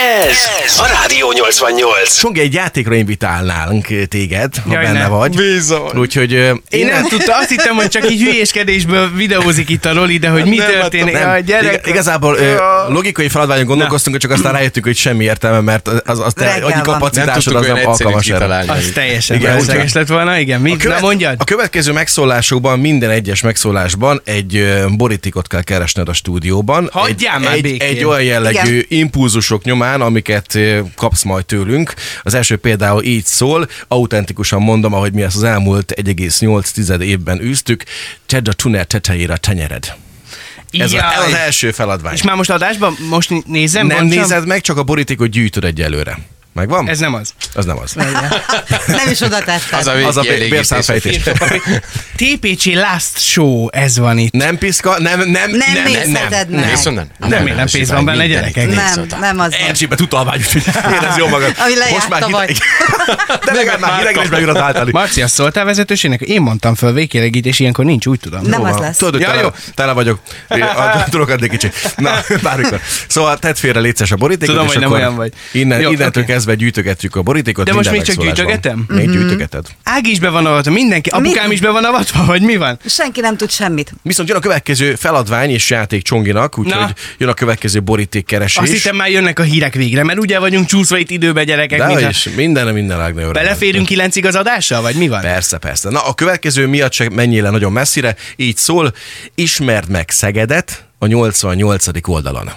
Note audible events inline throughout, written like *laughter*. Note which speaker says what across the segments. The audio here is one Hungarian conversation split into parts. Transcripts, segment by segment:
Speaker 1: Ez a Rádió 88.
Speaker 2: Songi, egy játékra invitálnánk téged, ha
Speaker 3: Jaj,
Speaker 2: benne
Speaker 3: ne.
Speaker 2: vagy.
Speaker 4: Bizony.
Speaker 2: Úgyhogy ö,
Speaker 3: Én nem tudtam, azt hittem, hogy csak így hülyéskedésből videózik itt a Roli, de hogy mi
Speaker 4: Nem, hát
Speaker 3: történik.
Speaker 2: Nem,
Speaker 3: a gyerek,
Speaker 2: Iga- igazából ö, logikai feladványon gondolkoztunk, csak aztán rájöttünk, hogy semmi értelme, mert az, az te
Speaker 5: Reggel
Speaker 2: agyi
Speaker 5: van.
Speaker 4: Nem
Speaker 2: kapacitásod
Speaker 4: tudtuk
Speaker 2: az
Speaker 4: olyan
Speaker 2: nem
Speaker 4: egyszerű
Speaker 2: alkalmas erre.
Speaker 4: kitalálni.
Speaker 3: az teljesen
Speaker 2: Igen,
Speaker 3: felesleges lett volna, igen. Mit? Na mondjad?
Speaker 2: a következő megszólásokban, minden egyes megszólásban egy ö, borítékot kell keresned a stúdióban.
Speaker 3: Hagyjál
Speaker 2: egy,
Speaker 3: már
Speaker 2: egy,
Speaker 3: békén.
Speaker 2: egy olyan jellegű Igen. impulzusok nyomán, amiket ö, kapsz majd tőlünk. Az első például így szól, autentikusan mondom, ahogy mi ezt az elmúlt 1,8 tized évben űztük, tedd a tuner tetejére a tenyered. Ez, a, ez az
Speaker 3: Jaj.
Speaker 2: első feladvány.
Speaker 3: És már most adásban most nézem?
Speaker 2: Nem
Speaker 3: bontsam?
Speaker 2: nézed meg, csak a borítékot gyűjtöd egyelőre. Megvan?
Speaker 3: Ez nem az.
Speaker 2: Az nem az.
Speaker 5: Nem is oda tettem.
Speaker 4: Az a
Speaker 2: Az a bé-
Speaker 4: végkielégítés.
Speaker 2: bérszámfejtés.
Speaker 3: TPC Last Show, ez van itt.
Speaker 2: Nem piszka, nem, nem,
Speaker 5: Nem
Speaker 2: nem, nem, nem.
Speaker 5: nézheted meg.
Speaker 4: Nézd onnan.
Speaker 3: Nem, én nem pénz van benne, gyerekek.
Speaker 5: Nem, nem az van.
Speaker 2: Erzsébet utalvány, úgyhogy érez jól magad.
Speaker 5: Ami lejárt tavaly.
Speaker 2: De legalább már hidegresbe jön az általi.
Speaker 3: Marci, azt szóltál vezetősének? Én mondtam föl végkielégítés, ilyenkor nincs, úgy tudom.
Speaker 5: Nem
Speaker 2: Jó
Speaker 5: az
Speaker 2: van.
Speaker 5: lesz.
Speaker 2: Tudod, hogy
Speaker 3: Ja,
Speaker 2: tele,
Speaker 3: jó.
Speaker 2: tele vagyok. Én a- Tudok adni kicsit. Na, bármikor. Szóval tedd félre létszes a borítékot,
Speaker 3: Tudom,
Speaker 2: és
Speaker 3: hogy nem
Speaker 2: akkor
Speaker 3: olyan vagy.
Speaker 2: Innen,
Speaker 3: Jó,
Speaker 2: innentől
Speaker 3: oké.
Speaker 2: kezdve gyűjtögetjük a borítékot
Speaker 3: De most
Speaker 2: minden
Speaker 3: még csak
Speaker 2: megszólásban.
Speaker 3: gyűjtögetem?
Speaker 5: Mhm.
Speaker 2: Még gyűjtögeted.
Speaker 3: Ág is be van avatva, mindenki, apukám
Speaker 5: Mi-
Speaker 3: is be van avatva, vagy mi van?
Speaker 5: Senki nem tud semmit.
Speaker 2: Viszont jön a következő feladvány és játék Csonginak, úgyhogy
Speaker 3: Na.
Speaker 2: jön a következő borítékkeresés.
Speaker 3: Azt hittem már jönnek a hírek végre, mert ugye vagyunk csúszva itt időbe gyerekek,
Speaker 2: de
Speaker 3: mintha-
Speaker 2: is, minden, minden lágnő.
Speaker 3: Beleférünk kilencig az adással, vagy mi van?
Speaker 2: Persze, persze. Na, a következő miatt se menjél el nagyon messzire, így szól, ismerd meg Szegedet a 88. oldalon.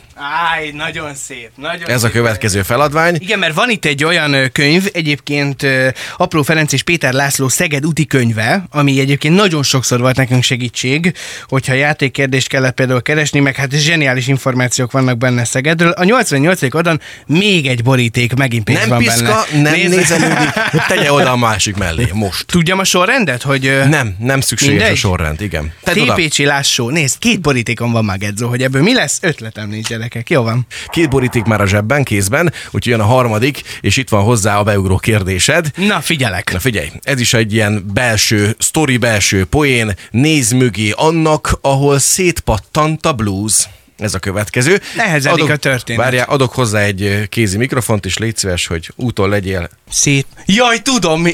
Speaker 3: Áj, nagyon szép, nagyon
Speaker 2: Ez a
Speaker 3: szép.
Speaker 2: következő feladvány.
Speaker 3: Igen, mert van itt egy olyan ö, könyv, egyébként ö, Apró Ferenc és Péter László Szeged úti könyve, ami egyébként nagyon sokszor volt nekünk segítség, hogyha játékkérdést kellett például keresni, meg hát zseniális információk vannak benne Szegedről. A 88. oldalon még egy boríték, megint pénz
Speaker 2: Nem
Speaker 3: van
Speaker 2: piszka,
Speaker 3: benne.
Speaker 2: nem
Speaker 3: Nézd-
Speaker 2: nézelődik, tegye oda a másik
Speaker 3: *laughs*
Speaker 2: mellé, most.
Speaker 3: Tudjam a sorrendet, hogy... ö,
Speaker 2: Nem, nem szükséges
Speaker 3: Mindegy?
Speaker 2: a sorrend, igen. Tedd oda.
Speaker 3: TPC Lássó, nézd, két borítékon van már Gedzó, hogy ebből mi lesz? Ötletem nincs, gyerekek, jó van.
Speaker 2: Két boríték már a zsebben, kézben, úgyhogy jön a harmadik, és itt van hozzá a beugró kérdésed.
Speaker 3: Na, figyelek.
Speaker 2: Na figyelj, ez is egy ilyen belső, sztori belső poén, néz mögé annak, ahol szétpattant a blues. Ez a következő.
Speaker 3: Nehezedik a történet.
Speaker 2: Várjál, adok hozzá egy ö, kézi mikrofont, és légy szíves, hogy úton legyél.
Speaker 3: Szét. Jaj, tudom mi.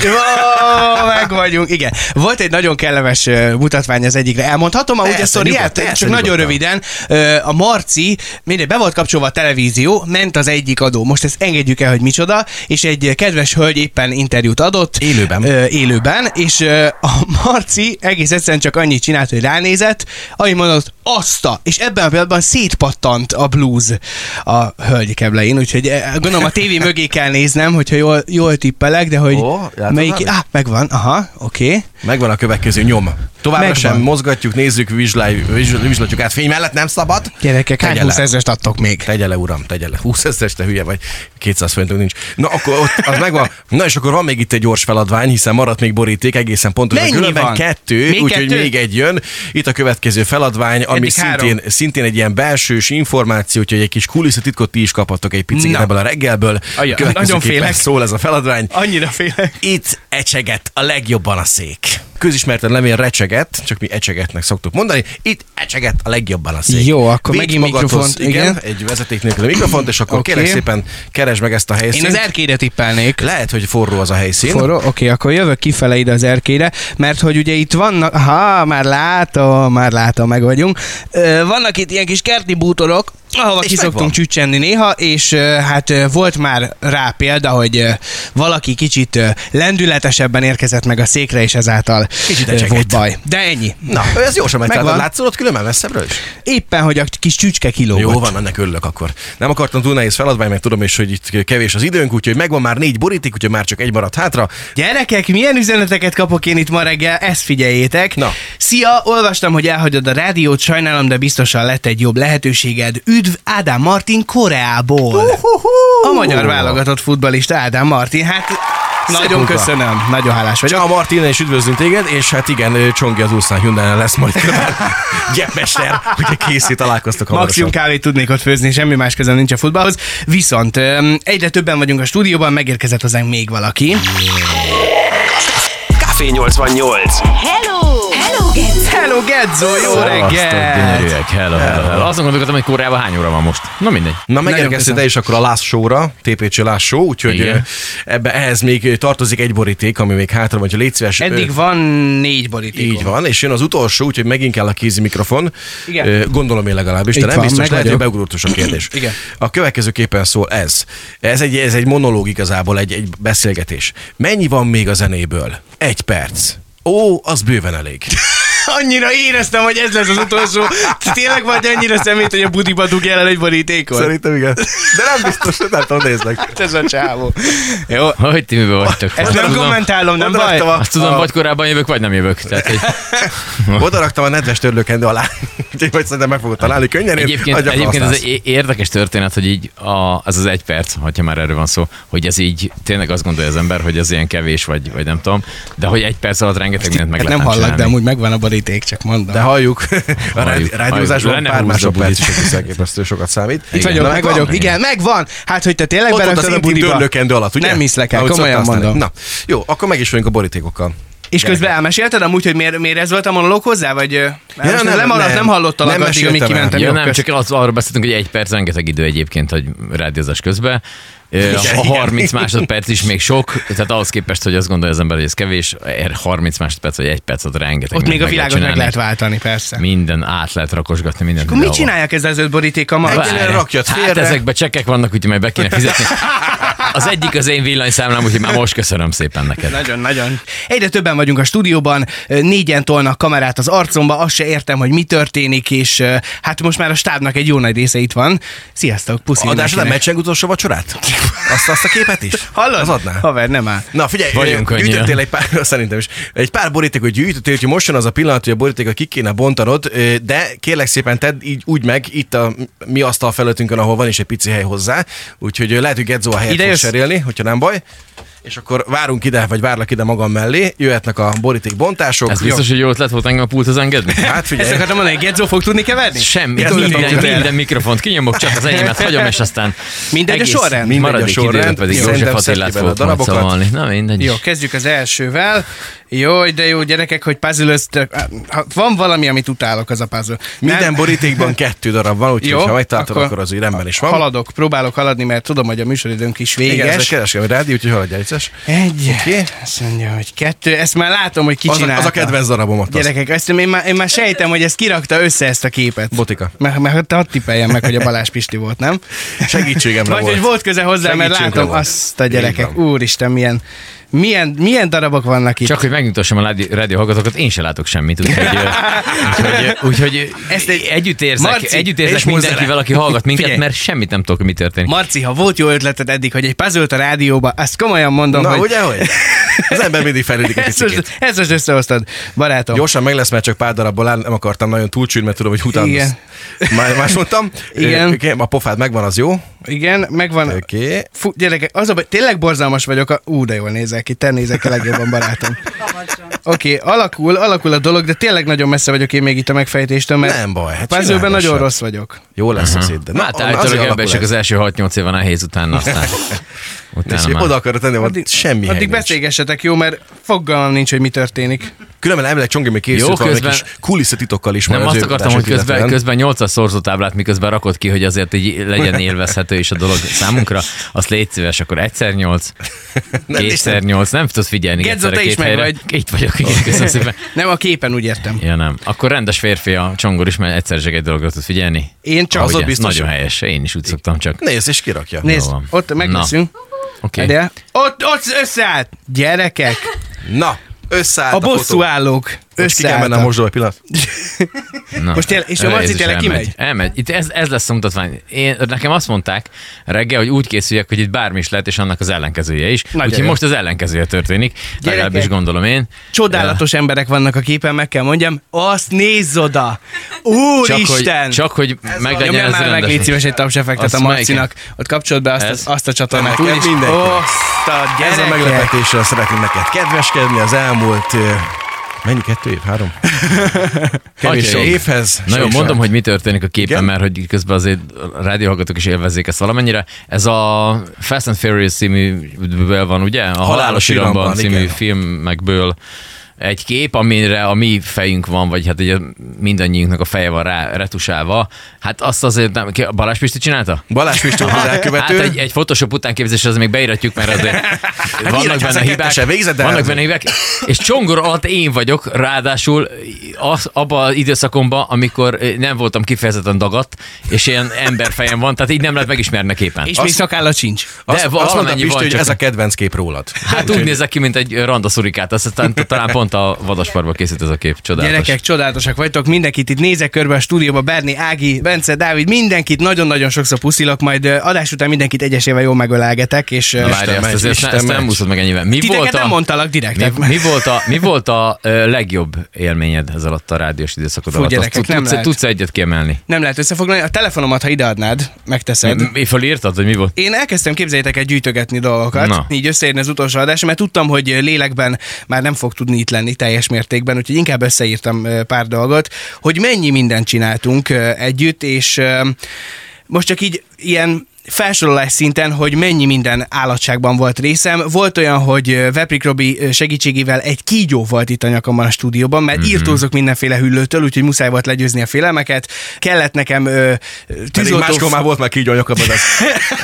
Speaker 3: Ó, meg vagyunk. Igen. Volt egy nagyon kellemes ö, mutatvány az egyikre. Elmondhatom, ahogy
Speaker 2: Persze,
Speaker 3: a sztoriát,
Speaker 2: nyugodtan,
Speaker 3: csak
Speaker 2: persze,
Speaker 3: nagyon
Speaker 2: nyugodtan.
Speaker 3: röviden. Ö, A Marci, mindegy, be volt kapcsolva a televízió, ment az egyik adó. Most ezt engedjük el, hogy micsoda, és egy kedves hölgy éppen interjút adott.
Speaker 2: Élőben.
Speaker 3: Ö, Élőben, és ö, a Marci egész egyszerűen csak annyit csinált, hogy ránézett, ami mondott, azta, és ebben a pillanatban szétpattant a blues a hölgy keblein, úgyhogy eh, gondolom a tévé mögé kell néznem, hogyha jól, jól tippelek, de hogy
Speaker 2: Ó, látod már?
Speaker 3: Ah, megvan, aha, oké. Okay.
Speaker 2: Megvan a következő nyom. Továbbra
Speaker 3: Megvan.
Speaker 2: sem mozgatjuk, nézzük, vizsgálj, vizsl- vizslatjuk át. Fény mellett nem szabad.
Speaker 3: Gyerekek, hány
Speaker 2: Tegye le.
Speaker 3: 20 ezerest adtok még?
Speaker 2: Tegye le, uram, tegye le. 20 ezeres, te hülye vagy. 200 forintunk nincs. Na, akkor ott, az megvan. Na, és akkor van még itt egy gyors feladvány, hiszen maradt még boríték, egészen pontosan.
Speaker 3: Mennyi
Speaker 2: Különben
Speaker 3: van?
Speaker 2: kettő,
Speaker 3: Még
Speaker 2: úgyhogy
Speaker 3: kettő?
Speaker 2: még egy jön. Itt a következő feladvány, ami
Speaker 3: Eddig három.
Speaker 2: szintén, szintén, egy ilyen belsős információ, úgyhogy egy kis kulisszatitkot ti is kaphattok egy picit
Speaker 3: Na.
Speaker 2: ebből a reggelből.
Speaker 3: Aja,
Speaker 2: Következőképpen
Speaker 3: nagyon félek.
Speaker 2: Szól ez a feladvány.
Speaker 3: Annyira félek.
Speaker 2: Itt ecseget a legjobban a szék. Közismerten lemél recseget, csak mi ecsegetnek szoktuk mondani. Itt ecseget a legjobban a szék.
Speaker 3: Jó, akkor
Speaker 2: Vidd
Speaker 3: megint
Speaker 2: magadhoz,
Speaker 3: mikrofont,
Speaker 2: Igen,
Speaker 3: igen.
Speaker 2: egy vezeték nélkül mikrofont, és akkor
Speaker 3: Oké.
Speaker 2: kérlek szépen keresd meg ezt a
Speaker 3: Én
Speaker 2: helyszínt.
Speaker 3: az erkélyre tippelnék.
Speaker 2: Lehet, hogy forró az a helyszín.
Speaker 3: Forró? Oké, akkor jövök kifele ide az erkélyre, mert hogy ugye itt vannak, ha már látom, már látom, meg vagyunk. Ö, vannak itt ilyen kis kerti bútorok, ahova
Speaker 2: És
Speaker 3: ki
Speaker 2: megvan.
Speaker 3: szoktunk csücsenni néha, és ö, hát ö, volt már rá példa, hogy ö, valaki kicsit ö, lendületesebben érkezett meg a székre, és ezáltal
Speaker 2: Kicsit
Speaker 3: ö,
Speaker 2: ecseget.
Speaker 3: volt baj. De ennyi.
Speaker 2: Na, ő ez gyorsan megtaláltad.
Speaker 3: Megvan.
Speaker 2: Látszol ott különben messzebbről is?
Speaker 3: Éppen, hogy a kis csücske kilógott.
Speaker 2: Jó van, ennek örülök akkor. Nem akartam túl nehéz feladvány, mert tudom is, hogy itt kevés az időnk, úgyhogy megvan már négy boríték, úgyhogy már csak egy maradt hátra.
Speaker 3: Gyerekek, milyen üzeneteket kapok én itt ma reggel, ezt figyeljétek.
Speaker 2: Na.
Speaker 3: Szia, olvastam, hogy elhagyod a rádiót, sajnálom, de biztosan lett egy jobb lehetőséged. Üdv Ádám Martin Koreából. A magyar válogatott futbalista Ádám Martin, hát
Speaker 2: Szép
Speaker 3: nagyon
Speaker 2: munka.
Speaker 3: köszönöm, nagyon hálás vagyok.
Speaker 2: Csak a Martin és üdvözlünk téged, és hát igen, ő Csongi az Ulszán hyundai lesz majd *laughs* különben. Gyepmester, ugye készít, találkoztak hamarosan.
Speaker 3: Maximum kávét tudnék ott főzni, semmi más közön nincs a futballhoz. Viszont öm, egyre többen vagyunk a stúdióban, megérkezett hozzánk még valaki.
Speaker 1: Café 88.
Speaker 6: Hello! Hello!
Speaker 3: Hello, Gedzo, jó reggel!
Speaker 4: gyönyörűek, hello, hello, hello. Azon gondolkodtam, hogy Koreában hány óra van most. Na mindegy.
Speaker 2: Na,
Speaker 3: köszönöm.
Speaker 2: megérkeztél te is akkor a Last Show-ra, TPC Last Show, úgyhogy
Speaker 4: Igen.
Speaker 2: ö, ebbe, ehhez még tartozik egy boríték, ami még hátra van, hogy légy szíves. ö,
Speaker 3: Eddig van négy borítékom.
Speaker 2: Így van, és jön az utolsó, úgyhogy megint kell a kézi mikrofon.
Speaker 3: Igen.
Speaker 2: Ö, Gondolom én legalábbis, de
Speaker 3: Itt
Speaker 2: nem
Speaker 3: van,
Speaker 2: biztos,
Speaker 3: meg
Speaker 2: lehet, hogy
Speaker 3: vagyok.
Speaker 2: beugrultos a kérdés.
Speaker 4: *clears throat*
Speaker 3: Igen.
Speaker 2: A következőképpen szól ez. Ez egy, ez egy monológ igazából, egy, egy beszélgetés. Mennyi van még a zenéből? Egy perc. Ó, az bőven elég.
Speaker 3: Annyira éreztem, hogy ez lesz az utolsó. Te Tényleg vagy annyira szemét, hogy a budiba dugj el egy
Speaker 2: *laughs*
Speaker 3: borítékon? Hát
Speaker 2: Szerintem igen. De nem biztos, nem tudom, néznek.
Speaker 3: Ez a csávó. Jó,
Speaker 4: Hogy ti miben vagytok?
Speaker 3: ezt nem
Speaker 4: tudom,
Speaker 3: kommentálom, nem
Speaker 2: Oda
Speaker 3: baj?
Speaker 2: raktam a,
Speaker 4: Azt tudom,
Speaker 2: a,
Speaker 4: vagy korábban jövök, vagy nem jövök.
Speaker 3: *laughs*
Speaker 4: Tehát egy,
Speaker 2: oda raktam a nedves törlőkendő alá, *laughs* úgyhogy vagy szerintem meg fogod találni könnyen. én
Speaker 4: egyébként,
Speaker 2: nagyobb
Speaker 4: egyébként ez
Speaker 2: használsz.
Speaker 4: egy é- érdekes történet, hogy így a, ez az egy perc, hogyha már erről van szó, hogy ez így tényleg azt gondolja az ember, hogy ez ilyen kevés, vagy, vagy nem tudom, de hogy egy perc alatt rengeteg mindent meg
Speaker 3: Hát
Speaker 4: lehet
Speaker 3: nem hallak, de
Speaker 4: csinálni.
Speaker 3: amúgy megvan a boríték, csak mondom.
Speaker 2: De halljuk, *laughs* a
Speaker 4: Halljuk,
Speaker 2: rádi- rádiózásban
Speaker 4: halljuk. Lenne
Speaker 2: pár
Speaker 4: húzza a
Speaker 2: másodperc
Speaker 4: bulit.
Speaker 2: is egész elképesztő sokat számít.
Speaker 4: Itt
Speaker 3: Itt vagyok,
Speaker 2: Na,
Speaker 3: meg
Speaker 2: megvan?
Speaker 3: vagyok. Igen, megvan. Hát, hogy te tényleg
Speaker 2: Ott volt az
Speaker 3: beraktad a
Speaker 2: intim
Speaker 3: budiba.
Speaker 2: törlőkendő alatt, ugye?
Speaker 3: Nem hiszlek el,
Speaker 2: Ahogy
Speaker 3: komolyan
Speaker 2: szoktál azt
Speaker 3: mondom.
Speaker 2: tenni. Na, jó, akkor meg is vagyunk a borítékokkal.
Speaker 3: És közben elmesélted amúgy, hogy miért, miért ez volt a monológ hozzá? Vagy ja, nem, nem, lemaradt, nem,
Speaker 2: nem.
Speaker 3: nem hallottalak
Speaker 2: Nem
Speaker 3: Hát nem addig,
Speaker 2: meséltem
Speaker 3: amíg
Speaker 2: el.
Speaker 3: kimentem.
Speaker 4: Ja,
Speaker 3: Jó,
Speaker 4: nem,
Speaker 3: kösz.
Speaker 4: csak az, arról beszéltünk, hogy egy perc rengeteg idő egyébként, hogy rádiózás közben. Ö, A
Speaker 2: igen.
Speaker 4: 30 másodperc is még sok, tehát ahhoz képest, hogy azt gondolja az ember, hogy ez kevés, erre 30 másodperc vagy egy perc, ott rengeteg.
Speaker 3: Ott
Speaker 4: mindent
Speaker 3: még a világot
Speaker 4: lehet
Speaker 3: meg
Speaker 4: csinálni.
Speaker 3: lehet váltani, persze.
Speaker 4: Minden át lehet rakosgatni, mindent.
Speaker 3: Akkor mit
Speaker 4: mindenhova.
Speaker 3: csinálják ezzel az öt borítéka ma?
Speaker 2: Egy- Egyelőre rakjad
Speaker 4: Hát
Speaker 2: félre.
Speaker 4: ezekbe csekkek vannak, úgyhogy majd be kéne fizetni. Az egyik az én villanyszámlám, úgyhogy már most köszönöm szépen neked.
Speaker 3: Nagyon-nagyon. Egyre többen vagyunk a stúdióban, négyen tolnak kamerát az arcomba, azt se értem, hogy mi történik, és eh, hát most már a stábnak egy jó nagy része itt van. Sziasztok, puszi
Speaker 2: Adás után
Speaker 3: mindenkinek.
Speaker 2: meccseng utolsó vacsorát? Azt, azt a képet is?
Speaker 3: Hallod?
Speaker 2: Az adná.
Speaker 3: Haver, nem áll.
Speaker 2: Na figyelj,
Speaker 4: Vagyunk
Speaker 2: ö, gyűjtöttél
Speaker 4: annyian.
Speaker 2: egy pár, *laughs* szerintem is, egy pár borítékot gyűjtöttél, hogy most jön az a pillanat, hogy a borítékot ki kéne bontanod, ö, de kérlek szépen tedd így úgy meg, itt a mi asztal felöttünkön, ahol van is egy pici hely hozzá, úgyhogy ö, lehet, hogy Gedzo a helyet
Speaker 3: Ide
Speaker 2: fog
Speaker 3: jössz?
Speaker 2: serélni, hogyha nem baj. És akkor várunk ide, vagy várlak ide magam mellé, jöhetnek a boríték bontások.
Speaker 4: Ez biztos, hogy jó ötlet volt engem a pulthoz engedni?
Speaker 2: Hát
Speaker 3: Ezt *laughs*
Speaker 2: figyelj,
Speaker 3: akartam mondani, hogy Gedzo fog tudni keverni?
Speaker 4: Semmi,
Speaker 2: Ezt
Speaker 4: minden,
Speaker 2: nem
Speaker 4: minden,
Speaker 2: tudod el.
Speaker 4: minden mikrofont kinyomok, csak az enyémet hagyom, és aztán
Speaker 3: Mindegy a
Speaker 4: egész
Speaker 3: sorrend.
Speaker 2: Mindegy a
Speaker 4: Maradék
Speaker 2: sorrend.
Speaker 4: időre pedig
Speaker 2: Jó.
Speaker 4: József
Speaker 2: Szerintem
Speaker 4: Attilát
Speaker 2: szedj bele a
Speaker 4: fogok majd
Speaker 2: darabokat.
Speaker 4: szavalni. Na mindegy.
Speaker 3: Jó, kezdjük az elsővel. Jó, de jó, gyerekek, hogy puzzle-öztök. Ha Van valami, amit utálok, az a puzzle. Nem?
Speaker 2: minden borítékban kettő darab van, úgyhogy
Speaker 3: Jó,
Speaker 2: ha megtartod,
Speaker 3: akkor-
Speaker 2: akkor az úgy rendben is van.
Speaker 3: Haladok, próbálok haladni, mert tudom, hogy a műsoridőnk is
Speaker 2: Igen, ez egy
Speaker 3: véges.
Speaker 2: kereskedelmi rádió, úgyhogy haladj el, Ices.
Speaker 3: Egy,
Speaker 2: Oké.
Speaker 3: azt mondja, hogy kettő, ezt már látom, hogy ki
Speaker 2: Az, a-
Speaker 3: csinálta.
Speaker 2: Hát az a kedvenc darabom ott.
Speaker 3: Gyerekek, azt hiszem, én már, én már sejtem, hogy ez kirakta össze ezt a képet.
Speaker 2: Botika.
Speaker 3: Mert, mert te hadd tippeljem meg, hogy a Balázs Pisti volt, nem?
Speaker 2: Segítségemre
Speaker 3: Vagy
Speaker 2: volt.
Speaker 3: hogy volt köze hozzá, mert
Speaker 2: Segítségre
Speaker 3: látom
Speaker 2: volt.
Speaker 3: azt a
Speaker 2: Így
Speaker 3: gyerekek.
Speaker 2: van.
Speaker 3: Úristen, milyen, milyen, milyen darabok vannak itt.
Speaker 4: Csak hogy megnyugtassam a rádi- rádió hallgatókat, én se látok semmit, úgyhogy, ö, úgyhogy, ö, úgyhogy
Speaker 3: Ezt
Speaker 4: Ezt
Speaker 3: egy-
Speaker 4: egy, együtt érzek,
Speaker 3: Marci,
Speaker 4: Marci, együtt
Speaker 3: és
Speaker 4: érzek
Speaker 3: hozzá
Speaker 4: mindenkivel,
Speaker 3: rá.
Speaker 4: aki hallgat minket,
Speaker 3: Figyelj.
Speaker 4: mert semmit nem tudok, mi történik.
Speaker 3: *laughs* Marci, ha volt jó ötleted eddig, hogy egy puzzle a rádióba, azt komolyan mondom,
Speaker 2: Na,
Speaker 3: hogy
Speaker 2: ugye, hogy? Az ember mindig fejlődik egy
Speaker 3: ezt, *laughs* most,
Speaker 2: picit.
Speaker 3: ezt most összehoztad, barátom.
Speaker 2: Gyorsan meg lesz, mert csak pár darabból áll, nem akartam nagyon túlcsülni, mert tudom, hogy utánozz.
Speaker 3: Igen.
Speaker 2: Már más mondtam.
Speaker 3: *laughs* Igen.
Speaker 2: Ö, oké, A pofád megvan, az jó.
Speaker 3: Igen, megvan.
Speaker 2: Oké.
Speaker 3: Fú, gyerekek, az a baj, tényleg borzalmas vagyok. A... Ú, de jól nézek ki, te nézek a legjobban, barátom. Oké, okay, alakul, alakul a dolog, de tényleg nagyon messze vagyok én még itt a megfejtéstől, mert
Speaker 2: Nem baj, hát
Speaker 3: puzzle
Speaker 2: csináld
Speaker 3: nagyon
Speaker 2: sem.
Speaker 3: rossz vagyok.
Speaker 2: Jó lesz a széd, de
Speaker 4: Na, hát
Speaker 2: onnan azért
Speaker 4: általában
Speaker 2: alakul
Speaker 4: ember csak
Speaker 2: ez.
Speaker 4: az első 6-8 év van nehéz, utána aztán.
Speaker 2: És
Speaker 4: utána
Speaker 2: én
Speaker 4: már.
Speaker 2: oda akarod tenni, hogy semmi hely
Speaker 3: addig
Speaker 2: nincs.
Speaker 3: beszélgessetek, jó, mert fogalmam nincs, hogy mi történik.
Speaker 2: Különben elvileg Csongi még készült
Speaker 4: Jó,
Speaker 2: valami
Speaker 4: közben-
Speaker 2: kis kulisszatitokkal is.
Speaker 4: Nem
Speaker 2: majd az
Speaker 4: azt
Speaker 2: ő
Speaker 4: akartam, hogy
Speaker 2: adását
Speaker 4: közben,
Speaker 2: illetően.
Speaker 4: közben 8-as szorzótáblát miközben rakod ki, hogy azért így legyen élvezhető is a dolog számunkra. Azt légy szíves, akkor
Speaker 3: *laughs*
Speaker 4: egyszer 8,
Speaker 2: Nem,
Speaker 4: kétszer 8, nem tudsz figyelni.
Speaker 3: Gedzo,
Speaker 4: egyszerre
Speaker 3: te is
Speaker 4: két
Speaker 3: meg
Speaker 4: helyre.
Speaker 3: vagy.
Speaker 4: Itt vagyok, igen, köszönöm szépen.
Speaker 3: Nem, a képen úgy értem.
Speaker 4: Ja nem. Akkor rendes férfi a csongor is, mert egyszer csak egy dologra tud figyelni.
Speaker 3: Én csak...
Speaker 2: Az
Speaker 4: Ugye,
Speaker 2: a biztos.
Speaker 4: Nagyon helyes, én is úgy szoktam csak.
Speaker 2: Nézd, és kirakja.
Speaker 3: Nézd,
Speaker 4: Jó van.
Speaker 3: ott megnézzünk.
Speaker 4: Oké. Okay.
Speaker 3: De ott, ott összeállt! Gyerekek!
Speaker 2: Na, összeállt
Speaker 3: A
Speaker 2: a, fotó.
Speaker 3: bosszúállók
Speaker 2: Most ki kell
Speaker 3: összeálltak.
Speaker 2: mennem mosdóba egy pillanat.
Speaker 4: Na,
Speaker 3: Most tényleg- és a
Speaker 4: ez
Speaker 3: Marci
Speaker 4: is
Speaker 3: tényleg kimegy?
Speaker 4: Elmegy. Itt ez, ez lesz a mutatvány. Én, nekem azt mondták reggel, hogy úgy készüljek, hogy itt bármi is lehet, és annak az ellenkezője is.
Speaker 3: Nagyon
Speaker 4: Úgyhogy
Speaker 3: jó.
Speaker 4: most az ellenkezője történik, legalábbis gondolom én.
Speaker 3: Csodálatos emberek vannak a képen, meg kell mondjam. Azt nézz oda!
Speaker 4: Csak hogy,
Speaker 3: Úristen!
Speaker 4: csak, hogy meglegyen
Speaker 3: Nyomjál
Speaker 4: ez
Speaker 3: már meg, légy
Speaker 4: rendes.
Speaker 3: szíves egy tapsefektet
Speaker 4: Azt
Speaker 3: a Marcinak. Ott kapcsolod be azt,
Speaker 4: Ez? Hát,
Speaker 3: azt a csatornát.
Speaker 2: Nekem
Speaker 3: Úgyis-
Speaker 2: mindegy.
Speaker 3: Azt a
Speaker 2: Ez a
Speaker 3: gyerekek.
Speaker 2: meglepetéssel szeretnénk neked kedveskedni az elmúlt... ö, Mennyi? Kettő év? Három? Kevés
Speaker 4: Atyaik.
Speaker 2: évhez.
Speaker 4: Na jó,
Speaker 2: Sok
Speaker 4: mondom,
Speaker 2: sok.
Speaker 4: hogy mi történik a képen,
Speaker 2: Igen?
Speaker 4: Igen? mert hogy közben azért a rádióhallgatók is élvezzék ezt valamennyire. Ez a Fast and Furious címűből van, ugye? A Halálos,
Speaker 2: Halálos
Speaker 4: Halálos Iramban
Speaker 2: Iramban,
Speaker 4: című
Speaker 2: igen.
Speaker 4: filmekből egy kép, amire a mi fejünk van, vagy hát ugye mindannyiunknak a feje van rá retusálva. Hát azt azért nem, ki- Balázs Pisti csinálta?
Speaker 2: Balázs Pistó az
Speaker 4: Hát
Speaker 2: elkövető.
Speaker 4: egy, egy Photoshop utánképzés, az még beíratjuk, mert
Speaker 2: *laughs*
Speaker 4: azért vannak
Speaker 2: írhatsz
Speaker 4: benne
Speaker 2: Hát a
Speaker 4: hibák.
Speaker 2: kettese, végzed el.
Speaker 4: Vannak benne hibák. És csongor alatt én vagyok, ráadásul az, abban az időszakomban, amikor nem voltam kifejezetten dagadt, és ilyen emberfejem van, tehát így nem lehet megismerni a képen.
Speaker 3: És még szakállat sincs.
Speaker 2: azt,
Speaker 4: de
Speaker 2: azt mondta
Speaker 4: valamennyi
Speaker 2: Pisti,
Speaker 4: van,
Speaker 2: hogy
Speaker 4: csak-
Speaker 2: ez a kedvenc kép rólad.
Speaker 4: Hát úgy nézek ki, mint egy randa szurikát, azt aztán talán pont a vadasparban készült ez a kép, csodálatos.
Speaker 3: Gyerekek, csodálatosak vagytok, mindenkit itt nézek körbe a stúdióba, Berni, Ági, Bence, Dávid, mindenkit nagyon-nagyon sokszor puszilok, majd ö, adás után mindenkit egyesével jól megölelgetek, és ö,
Speaker 4: Na, Várj, ezt,
Speaker 2: megy,
Speaker 4: ezt, ezt,
Speaker 2: Isten
Speaker 4: ezt nem
Speaker 2: megy.
Speaker 4: úszod meg ennyivel. Mi
Speaker 3: titeket
Speaker 4: volt a,
Speaker 3: nem mondtalak direkt.
Speaker 4: Mi, mi, volt a, mi volt a ö, legjobb élményed ez alatt a rádiós időszakod
Speaker 3: Fú,
Speaker 4: alatt?
Speaker 3: gyerekek,
Speaker 4: Azt tud-
Speaker 3: nem
Speaker 4: tudsz,
Speaker 3: lehet.
Speaker 4: tudsz egyet kiemelni?
Speaker 3: Nem lehet összefoglalni, a telefonomat, ha ideadnád, megteszed.
Speaker 4: Mi fölírtad, hogy mi volt?
Speaker 3: Én elkezdtem képzeljétek el gyűjtögetni dolgokat,
Speaker 4: Na.
Speaker 3: Na. így összeérni az utolsó adás, mert tudtam, hogy lélekben már nem fog tudni itt lenni teljes mértékben, úgyhogy inkább összeírtam ö, pár dolgot, hogy mennyi mindent csináltunk ö, együtt, és ö, most csak így ilyen felsorolás szinten, hogy mennyi minden állatságban volt részem. Volt olyan, hogy ö, Veprik Robi ö, segítségével egy kígyó volt itt a nyakamban a stúdióban, mert mm-hmm. írtózok mindenféle hüllőtől, úgyhogy muszáj volt legyőzni a félelmeket. Kellett nekem ö, ö,
Speaker 2: Pedig
Speaker 3: tűzoltó-
Speaker 2: máskor már volt már kígyó a nyakabad, az,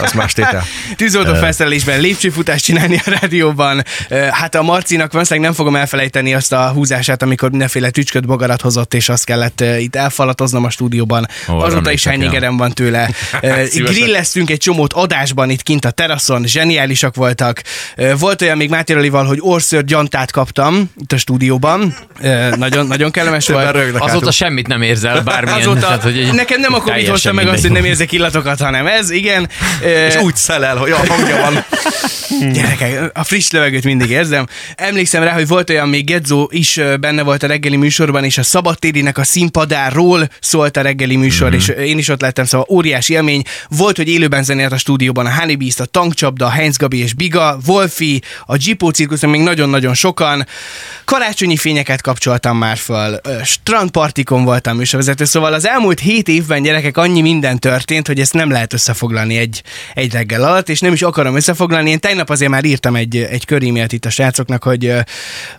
Speaker 2: az más
Speaker 4: *laughs*
Speaker 2: tétel.
Speaker 3: tűzoltó felszerelésben lépcsőfutást csinálni a rádióban. Ö, Hát a Marcinak valószínűleg nem fogom elfelejteni azt a húzását, amikor mindenféle tücsköt bogarat hozott, és azt kellett ö, itt elfalatoznom a stúdióban.
Speaker 4: Ó, arra Hát,
Speaker 3: Azóta
Speaker 4: még
Speaker 3: is
Speaker 4: csak
Speaker 3: hányigerem van
Speaker 4: *laughs*
Speaker 3: tőle. Ö,
Speaker 2: Szívesen.
Speaker 3: Grilleztünk egy csomót adásban itt kint a teraszon, zseniálisak voltak. Ö, Volt olyan még Máté Ralival, hogy orször gyantát kaptam itt a stúdióban. Ö, Nagyon, nagyon kellemes
Speaker 2: Többen
Speaker 3: volt.
Speaker 2: rögnek
Speaker 4: Azóta
Speaker 2: hátul.
Speaker 4: semmit nem érzel, bármilyen.
Speaker 3: Azóta
Speaker 4: tehát, hogy egy-
Speaker 3: nekem nem a Covid
Speaker 4: teljesen
Speaker 3: hozta meg azt,
Speaker 4: mindegy.
Speaker 3: hogy nem érzek illatokat, hanem ez, igen. Ö,
Speaker 2: És úgy szelel, hogy a hangja van.
Speaker 3: Mm. Gyerekek, a friss levegőt mindig érzem. Emlékszem rá, hogy volt olyan, még Gedzó is ö, benne volt a reggeli műsorban, és a szabadtérinek a színpadáról szólt a reggeli műsor, mm-hmm. és én is ott lettem, szóval óriási élmény. Volt, hogy élőben zenélt a stúdióban a Honey Beast, a Tankcsapda, a Heinz Gabi és Biga, Wolfi, a Gipó cirkuszon még nagyon-nagyon sokan. Karácsonyi fényeket kapcsoltam már föl, ö, strandpartikon voltam műsorvezető, szóval az elmúlt hét évben gyerekek annyi minden történt, hogy ezt nem lehet összefoglalni egy, egy reggel alatt, és nem is akarom összefoglalni. Én tegnap azért már írtam egy, egy körímélet itt a srácoknak, hogy ö,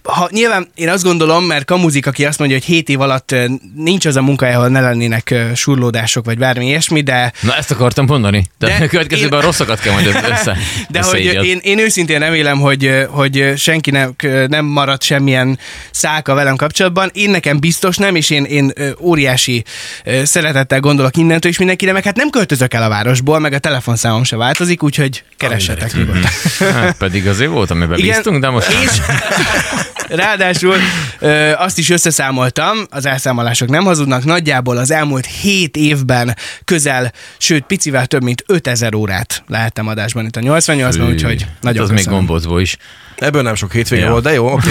Speaker 3: ha nyilván én azt gondolom, mert Kamuzik, aki azt mondja, hogy hét év alatt ö, nincs az a munkája, ahol ne lennének ö, surlódások, vagy bármi ilyesmi, de
Speaker 4: Na ezt akartam mondani, de,
Speaker 3: De
Speaker 4: de a *laughs* következőben
Speaker 3: én-
Speaker 4: a rosszakat kell majd össze.
Speaker 3: de hogy
Speaker 4: összeírjad.
Speaker 3: én, én őszintén remélem, hogy, hogy senkinek nem maradt semmilyen száka velem kapcsolatban. Én nekem biztos nem, és én, én óriási szeretettel gondolok innentől is mindenkire, meg hát nem költözök el a városból, meg a telefonszámom se változik, úgyhogy keressetek nyugodtan.
Speaker 4: Hát, pedig azért volt, amiben
Speaker 3: Igen,
Speaker 4: bíztunk, de most
Speaker 3: és *laughs* ráadásul ö, azt is összeszámoltam, az elszámolások nem hazudnak, nagyjából az elmúlt 7 évben közel, sőt picivel több mint 5000 órát lehettem adásban itt a 88-ban, úgyhogy
Speaker 4: Hát
Speaker 3: nagyon
Speaker 4: Az
Speaker 3: köszönöm.
Speaker 4: még gombócból is
Speaker 2: Ebből nem sok hétvége
Speaker 4: Ja.
Speaker 2: volt, de jó, oké.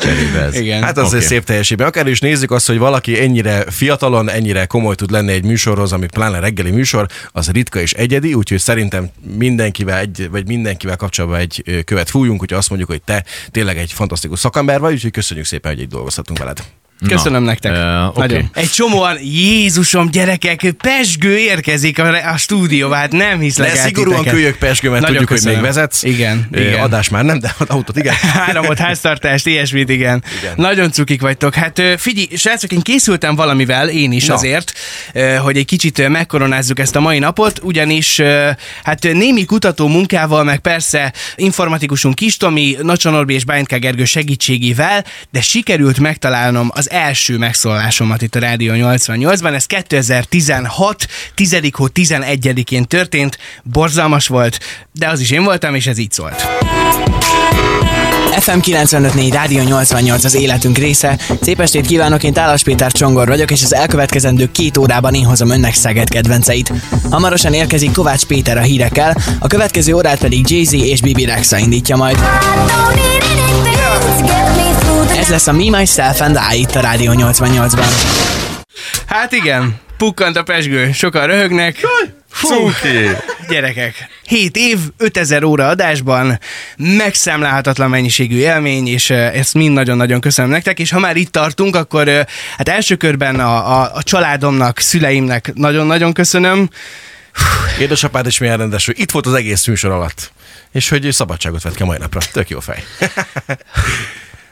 Speaker 4: cserébe ez.
Speaker 3: Igen.
Speaker 2: Hát azért
Speaker 4: Oké.
Speaker 2: szép teljesítmény. Akár is nézzük azt, hogy valaki ennyire fiatalon, ennyire komoly tud lenni egy műsorhoz, ami pláne reggeli műsor, az ritka és egyedi, úgyhogy szerintem mindenkivel egy, vagy mindenkivel kapcsolatban egy ö, követ fújunk, hogy azt mondjuk, hogy te tényleg egy fantasztikus szakember vagy, úgyhogy köszönjük szépen, hogy itt dolgozhatunk veled.
Speaker 3: Köszönöm nektek.
Speaker 4: ö,
Speaker 3: Nagyon.
Speaker 4: oké.
Speaker 3: Egy csomóan, Jézusom, gyerekek, pesgő érkezik a, a stúdióba, hát nem hiszlek
Speaker 2: De
Speaker 3: el
Speaker 2: szigorúan
Speaker 3: titeket.
Speaker 2: kölyök pesgő, mert
Speaker 3: Nagyon
Speaker 2: tudjuk,
Speaker 3: köszönöm.
Speaker 2: hogy még vezetsz.
Speaker 3: Igen,
Speaker 2: Ö,
Speaker 3: igen.
Speaker 2: Adás már nem, de *laughs* autót igen.
Speaker 3: Áramot, háztartást, ilyesmit, igen.
Speaker 2: Igen.
Speaker 3: igen. Nagyon cukik vagytok. Hát ö, figyelj, srácok, én készültem valamivel, én is
Speaker 2: Na.
Speaker 3: Na. azért, ö, hogy egy kicsit ö, megkoronázzuk ezt a mai napot, ugyanis ö, hát ö, némi kutató munkával, meg persze informatikusunk Kis Tomi, Nacsa Norbi és Bájntká Gergő segítségével, de sikerült megtalálnom az első megszólalásomat itt a Rádió 88-ban. Ez 2016, 10. hó 11-én történt, borzalmas volt, de az is én voltam, és ez így szólt.
Speaker 6: FM 954, Rádió 88 az életünk része. Szép estét kívánok, én Tálas Péter Csongor vagyok, és az elkövetkezendő két órában én hozom önnek Szeged kedvenceit. Hamarosan érkezik Kovács Péter a hírekkel, a következő órát pedig Jay-Z és Bibi Rexa indítja majd.
Speaker 7: don't need anything to get me through the
Speaker 6: Ez lesz a Me, Myself and I itt a Rádió 88-ban.
Speaker 3: Hát igen, pukkant a pesgő, sokan röhögnek. Fú, gyerekek, 7 év, 5000 óra adásban, megszámlálhatatlan mennyiségű élmény, és ö, ezt mind nagyon-nagyon köszönöm nektek, és ha már itt tartunk, akkor ö, hát első körben a, a, a családomnak, szüleimnek nagyon-nagyon köszönöm.
Speaker 2: Édesapád is milyen rendes, hogy itt volt az egész műsor alatt. És hogy ő szabadságot vett ki a mai napra. Tök jó fej. *laughs*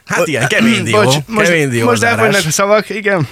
Speaker 2: Hát ilyen, kemény dió.
Speaker 3: Bocs,
Speaker 2: kemény
Speaker 3: most,
Speaker 2: dió
Speaker 3: most
Speaker 2: zárás.
Speaker 3: elfogynak a szavak, igen.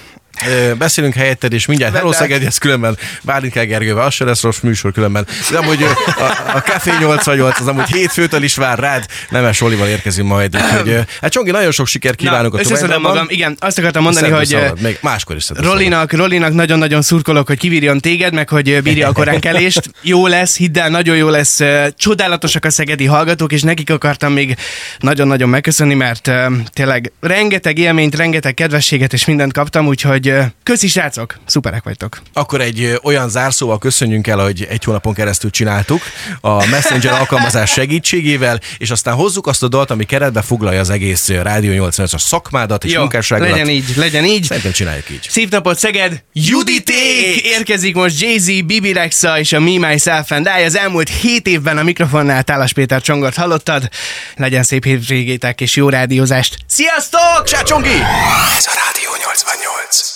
Speaker 2: Ö, beszélünk helyetted, és mindjárt Hello
Speaker 3: Vendák.
Speaker 2: Szegedi, ez különben Bálinká Gergővel, az se lesz rossz műsor különben. De amúgy ö, a, a Café 88 az amúgy hétfőtől is vár rád, Nemes Olival érkezünk majd. Úgyhogy, ö, hát Csongi, nagyon sok sikert kívánok a
Speaker 3: összeszedem
Speaker 2: továbbiakban.
Speaker 3: magam. Igen, azt akartam mondani,
Speaker 2: Szedni
Speaker 3: hogy eh, ö,
Speaker 2: szabad, még máskor is szedni szabad.
Speaker 3: Rolinak, Rolinak nagyon-nagyon szurkolok, hogy kivírjon téged, meg hogy ö, bírja a *laughs* koránkelést. Jó lesz, hidd el, nagyon jó lesz. Ö, Csodálatosak a szegedi hallgatók, és nekik akartam még nagyon-nagyon megköszönni, mert ö, tényleg rengeteg élményt, rengeteg kedvességet és mindent kaptam, úgyhogy ö, köszi srácok, szuperek vagytok.
Speaker 2: Akkor egy ö, olyan zárszóval köszönjünk el, hogy egy hónapon keresztül csináltuk a Messenger alkalmazás segítségével, és aztán hozzuk azt a dalt, ami keretbe foglalja az egész ö, Rádió 88-as szakmádat és munkásságodat.
Speaker 3: legyen így, legyen így.
Speaker 2: Szerintem csináljuk így.
Speaker 3: Szép napot, Szeged! Juditék! Érkezik most Jay-Z, Bibi Rexa és a Me, Myself and I. Az elmúlt hét évben a mikrofonnál Tálas Péter Csongort hallottad. Legyen szép hétvégétek és jó rádiózást! Sziasztok! Csá, Csongi!
Speaker 1: Ez a Rádió 88.